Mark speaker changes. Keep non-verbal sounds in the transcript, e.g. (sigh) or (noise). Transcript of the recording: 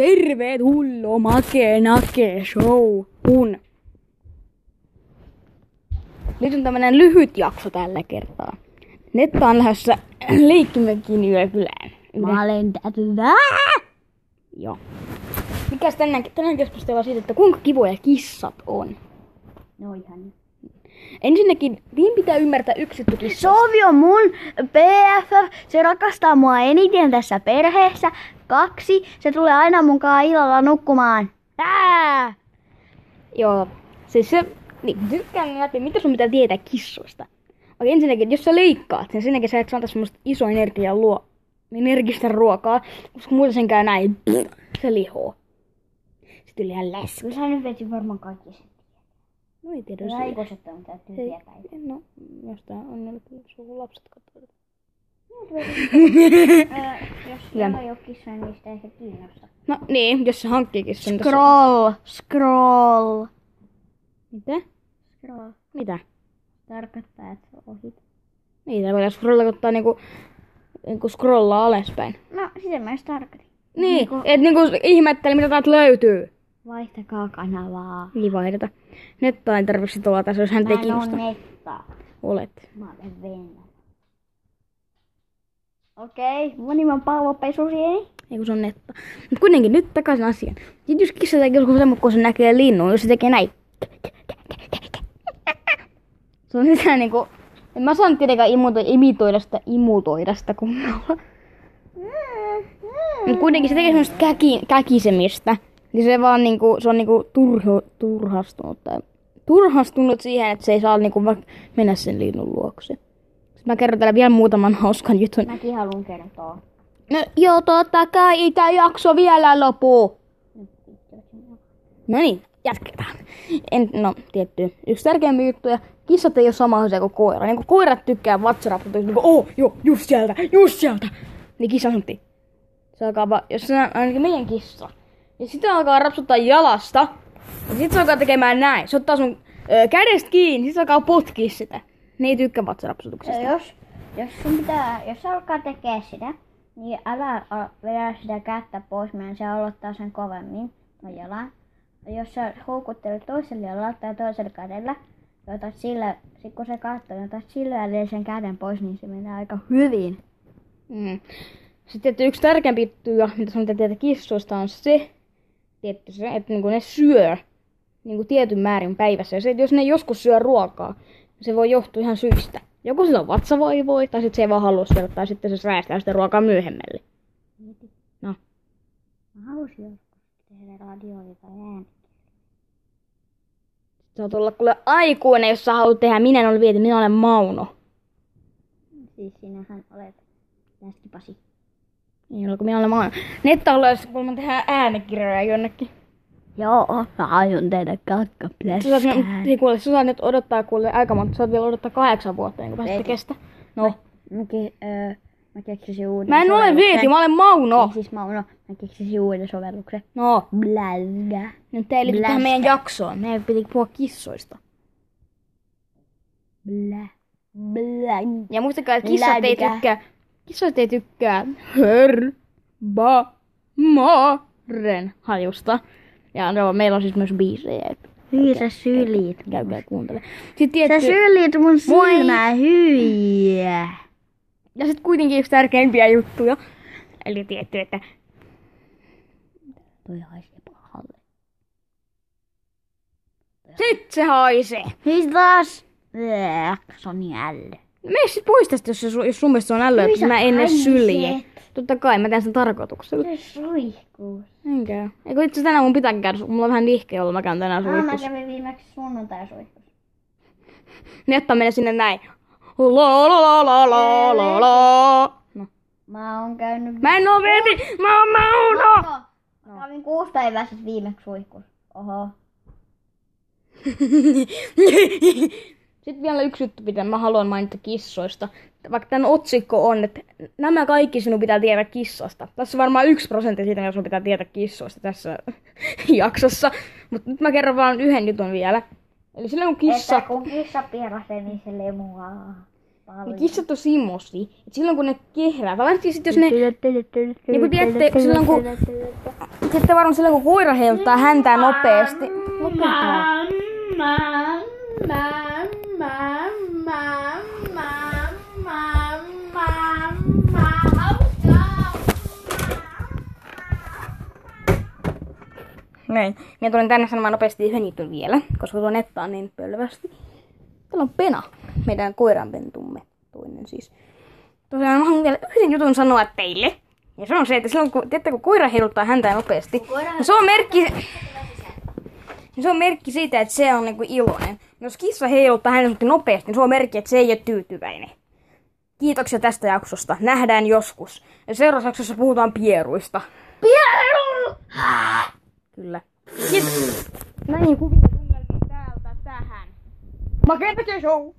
Speaker 1: Tervetuloa Make Nake Show. Un. Nyt on tämmönen lyhyt jakso tällä kertaa. Netta on lähdössä leikkimökkiin yökylään.
Speaker 2: Mä olen tätä.
Speaker 1: Joo. Mikäs tänään, tänään keskustellaan siitä, että kuinka kivoja kissat on.
Speaker 2: No ihan.
Speaker 1: Ensinnäkin, niin pitää ymmärtää yksitty kissasta.
Speaker 2: Sovi on mun BFF. Se rakastaa mua eniten tässä perheessä. Kaksi. Se tulee aina mukaan illalla nukkumaan. Ää!
Speaker 1: Joo, siis se, niin, tykkään läpi, mitä sun pitää tietää kissoista. Okei, ensinnäkin, jos sä leikkaat niin sen, sinnekin sä et saata semmoista iso energiaa luo, energistä ruokaa, koska muuten sen käy näin, se lihoo. Sitten liian läs.
Speaker 2: Kyllä sä nyt veti varmaan kaikki sen.
Speaker 1: No ei tiedä, jos ei.
Speaker 2: että on täytyy (laughs)
Speaker 1: Ei, No, jostain on jollekin sun lapset katsovat.
Speaker 2: Jos
Speaker 1: Kyllä.
Speaker 2: ei ole kissoja, niin sitä ei se kiinnosta.
Speaker 1: No niin, jos se hankkii kissan. tässä-
Speaker 2: Scroll, scroll.
Speaker 1: Mitä?
Speaker 2: Scroll.
Speaker 1: Mitä?
Speaker 2: Tarkoittaa, että se on ohit.
Speaker 1: Niin, tää voidaan scrollata niinku, niinku scrollaa alaspäin.
Speaker 2: No, sitä mä edes tarkoitin.
Speaker 1: Niin, niinku... et niinku ihmettele, mitä täältä löytyy.
Speaker 2: Vaihtakaa kanavaa.
Speaker 1: Niin vaihdeta. Netta ei tarvitse tulla tässä, jos hän
Speaker 2: Mä
Speaker 1: ei
Speaker 2: en
Speaker 1: kiinnosta.
Speaker 2: ole netta.
Speaker 1: Olet.
Speaker 2: Mä olen Venäjä. Okei, mun nimi on Paavo Pesusieni.
Speaker 1: Ei kun se on netta. Mut kuitenkin nyt takaisin asiaan. Sitten jos kissa tekee joskus semmoinen, kun se näkee linnun, jos se tekee näin. Se on sitä niinku... En mä saan tietenkään imutoida, imitoida sitä, imutoida sitä kunnolla. Mut kuitenkin se tekee semmoista käki, käkisemistä. Niin se vaan niinku, se on niinku turho, turhastunut tai turhastunut siihen, että se ei saa niinku vaikka mennä sen linnun luokse. Sitten mä kerron täällä vielä muutaman hauskan jutun.
Speaker 2: Mäkin haluan kertoa.
Speaker 1: No joo, totta kai ikä jakso vielä lopuu. No niin, jatketaan. En, no, tietty. Yksi tärkeimpiä juttuja, kissat ei ole sama asia kuin koira. Niin kuin koirat tykkää vatsarapputa, niin kuin, oh, joo, just sieltä, just sieltä. Niin kissa sanottiin. Se alkaa vaan, jos se on ainakin meidän kissa. Ja sitten alkaa rapsuttaa jalasta. Ja sitten se alkaa tekemään näin. Se ottaa sun ö, kädestä kiinni, sitten se alkaa potkia sitä. Ne ei tykkää vatsarapsutuksesta.
Speaker 2: Jos, jos sun pitää, jos sä alkaa tekee sitä, niin älä a- vedä sitä kättä pois, meidän se aloittaa sen kovemmin tuon jalan. Ja Jos sä houkuttelet toiselle jalalla tai toisella kädellä, ja otat sillä, sit kun se katsoo, niin otat sillä välillä sen käden pois, niin se menee aika hyvin.
Speaker 1: Mm. Sitten tietty yksi tärkeämpi juttuja, mitä sanotaan tietää kissoista, on se, tietty se, että niinku ne syö niinku tietyn määrin päivässä. Ja se, että jos ne joskus syö ruokaa, niin se voi johtua ihan syistä. Joko sillä on vatsavaivoi, tai sitten se ei vaan halua syödä, tai sitten se säästää sitä ruokaa myöhemmälle. No,
Speaker 2: Mä halusin joskus tehdä radioita tai ääniä.
Speaker 1: sä oot olla kuule aikuinen, jos sä haluat tehdä. Minä en ole viety, minä olen Mauno.
Speaker 2: Siis sinähän olet läskipasi.
Speaker 1: Niin, ole, kun minä olen Mauno. Netta on jos kun mä tehdään äänekirjoja jonnekin.
Speaker 2: Joo, mä aion tehdä kakka
Speaker 1: Sä saat, ei kuule, sä saat nyt odottaa kuule aika monta, sä saat vielä odottaa kahdeksan vuotta, niin kuin
Speaker 2: Veeti.
Speaker 1: kestä. No.
Speaker 2: Mäkin, öö, mä keksisin uuden
Speaker 1: Mä en ole
Speaker 2: sovelluksen.
Speaker 1: Veeti, mä olen Mauno.
Speaker 2: Ei, Siis mä, no, mä keksisin uuden sovelluksen.
Speaker 1: No,
Speaker 2: Bläzgä.
Speaker 1: nyt ei liity tähän
Speaker 2: Blästä.
Speaker 1: meidän jaksoon. Meidän piti puhua kissoista.
Speaker 2: Blä. Blä.
Speaker 1: Ja muistakaa, että kissat ei
Speaker 2: Lädikä.
Speaker 1: tykkää. Kissat ei tykkää hör, ba, ma, ren hajusta. Ja no, meillä on siis myös biisejä, että
Speaker 2: Hyi sä sylit.
Speaker 1: käykää kuuntele. Sitten
Speaker 2: Sä
Speaker 1: tietty,
Speaker 2: sylit mun silmää, hyi.
Speaker 1: ja sitten kuitenkin yksi tärkeimpiä juttuja. Eli tietty, että
Speaker 2: Toi haisee pahalle.
Speaker 1: sit se haisee.
Speaker 2: Hyi taas. Blä. Se on niin ällö.
Speaker 1: Mene sit pois tästä, jos, se su, jos sun mielestä se on älyä,
Speaker 2: Kyllä sä
Speaker 1: mä en edes
Speaker 2: haiset.
Speaker 1: sylje. Totta kai, mä teen sen tarkoituksella.
Speaker 2: Se suihkuu.
Speaker 1: Enkä. Eikö itse asiassa tänään mun pitää käydä, su- mulla on vähän nihkeä olla, mä käyn tänään
Speaker 2: Ah, mä
Speaker 1: suihkussa.
Speaker 2: kävin viimeksi sunnuntai suihkussa.
Speaker 1: Netta menee sinne näin. La la la la la la la. No.
Speaker 2: Mä oon käynyt
Speaker 1: Mä en oo veti, mä oon Mauno!
Speaker 2: No. Mä kävin kuusi päivää sitten viimeksi suihkussa. Oho.
Speaker 1: (laughs) Sitten vielä yksi juttu, mitä mä haluan mainita kissoista. Vaikka tämän otsikko on, että nämä kaikki sinun pitää tietää kissasta. Tässä on varmaan yksi prosentti siitä, mitä sinun pitää tietää kissoista tässä (laughs) jaksossa. Mutta nyt mä kerron vaan yhden jutun vielä. Eli silloin kun kissa...
Speaker 2: Että kun kissa pierasee, niin se lemuaa.
Speaker 1: Ne
Speaker 2: paljon.
Speaker 1: kissat on simmosi. Et silloin kun ne kehrää, varmasti sit jos ne... Niin kuin tiedätte, silloin kun... Tiedätte varmaan silloin kun koira heiluttaa häntää nopeasti. Näin. Minä tulin tänne sanomaan nopeasti yhden jutun vielä, koska tuo netta on niin pölvästi. Täällä on Pena, meidän koiranpentumme, toinen siis. Tosiaan mä haluan vielä yhden jutun sanoa teille. Ja se on se, että silloin kun, tiedätte, kun koira heiluttaa häntä nopeasti,
Speaker 2: koira-
Speaker 1: niin se on merkki... niin Se on merkki siitä, että se on niinku iloinen. Jos kissa heiluttaa häntä nopeasti, niin se on merkki, että se ei ole tyytyväinen. Kiitoksia tästä jaksosta. Nähdään joskus. Ja seuraavassa jaksossa puhutaan pieruista. Kyllä. Kiitos. Näin kuvia tunnelmiin täältä tähän. Magenta Show!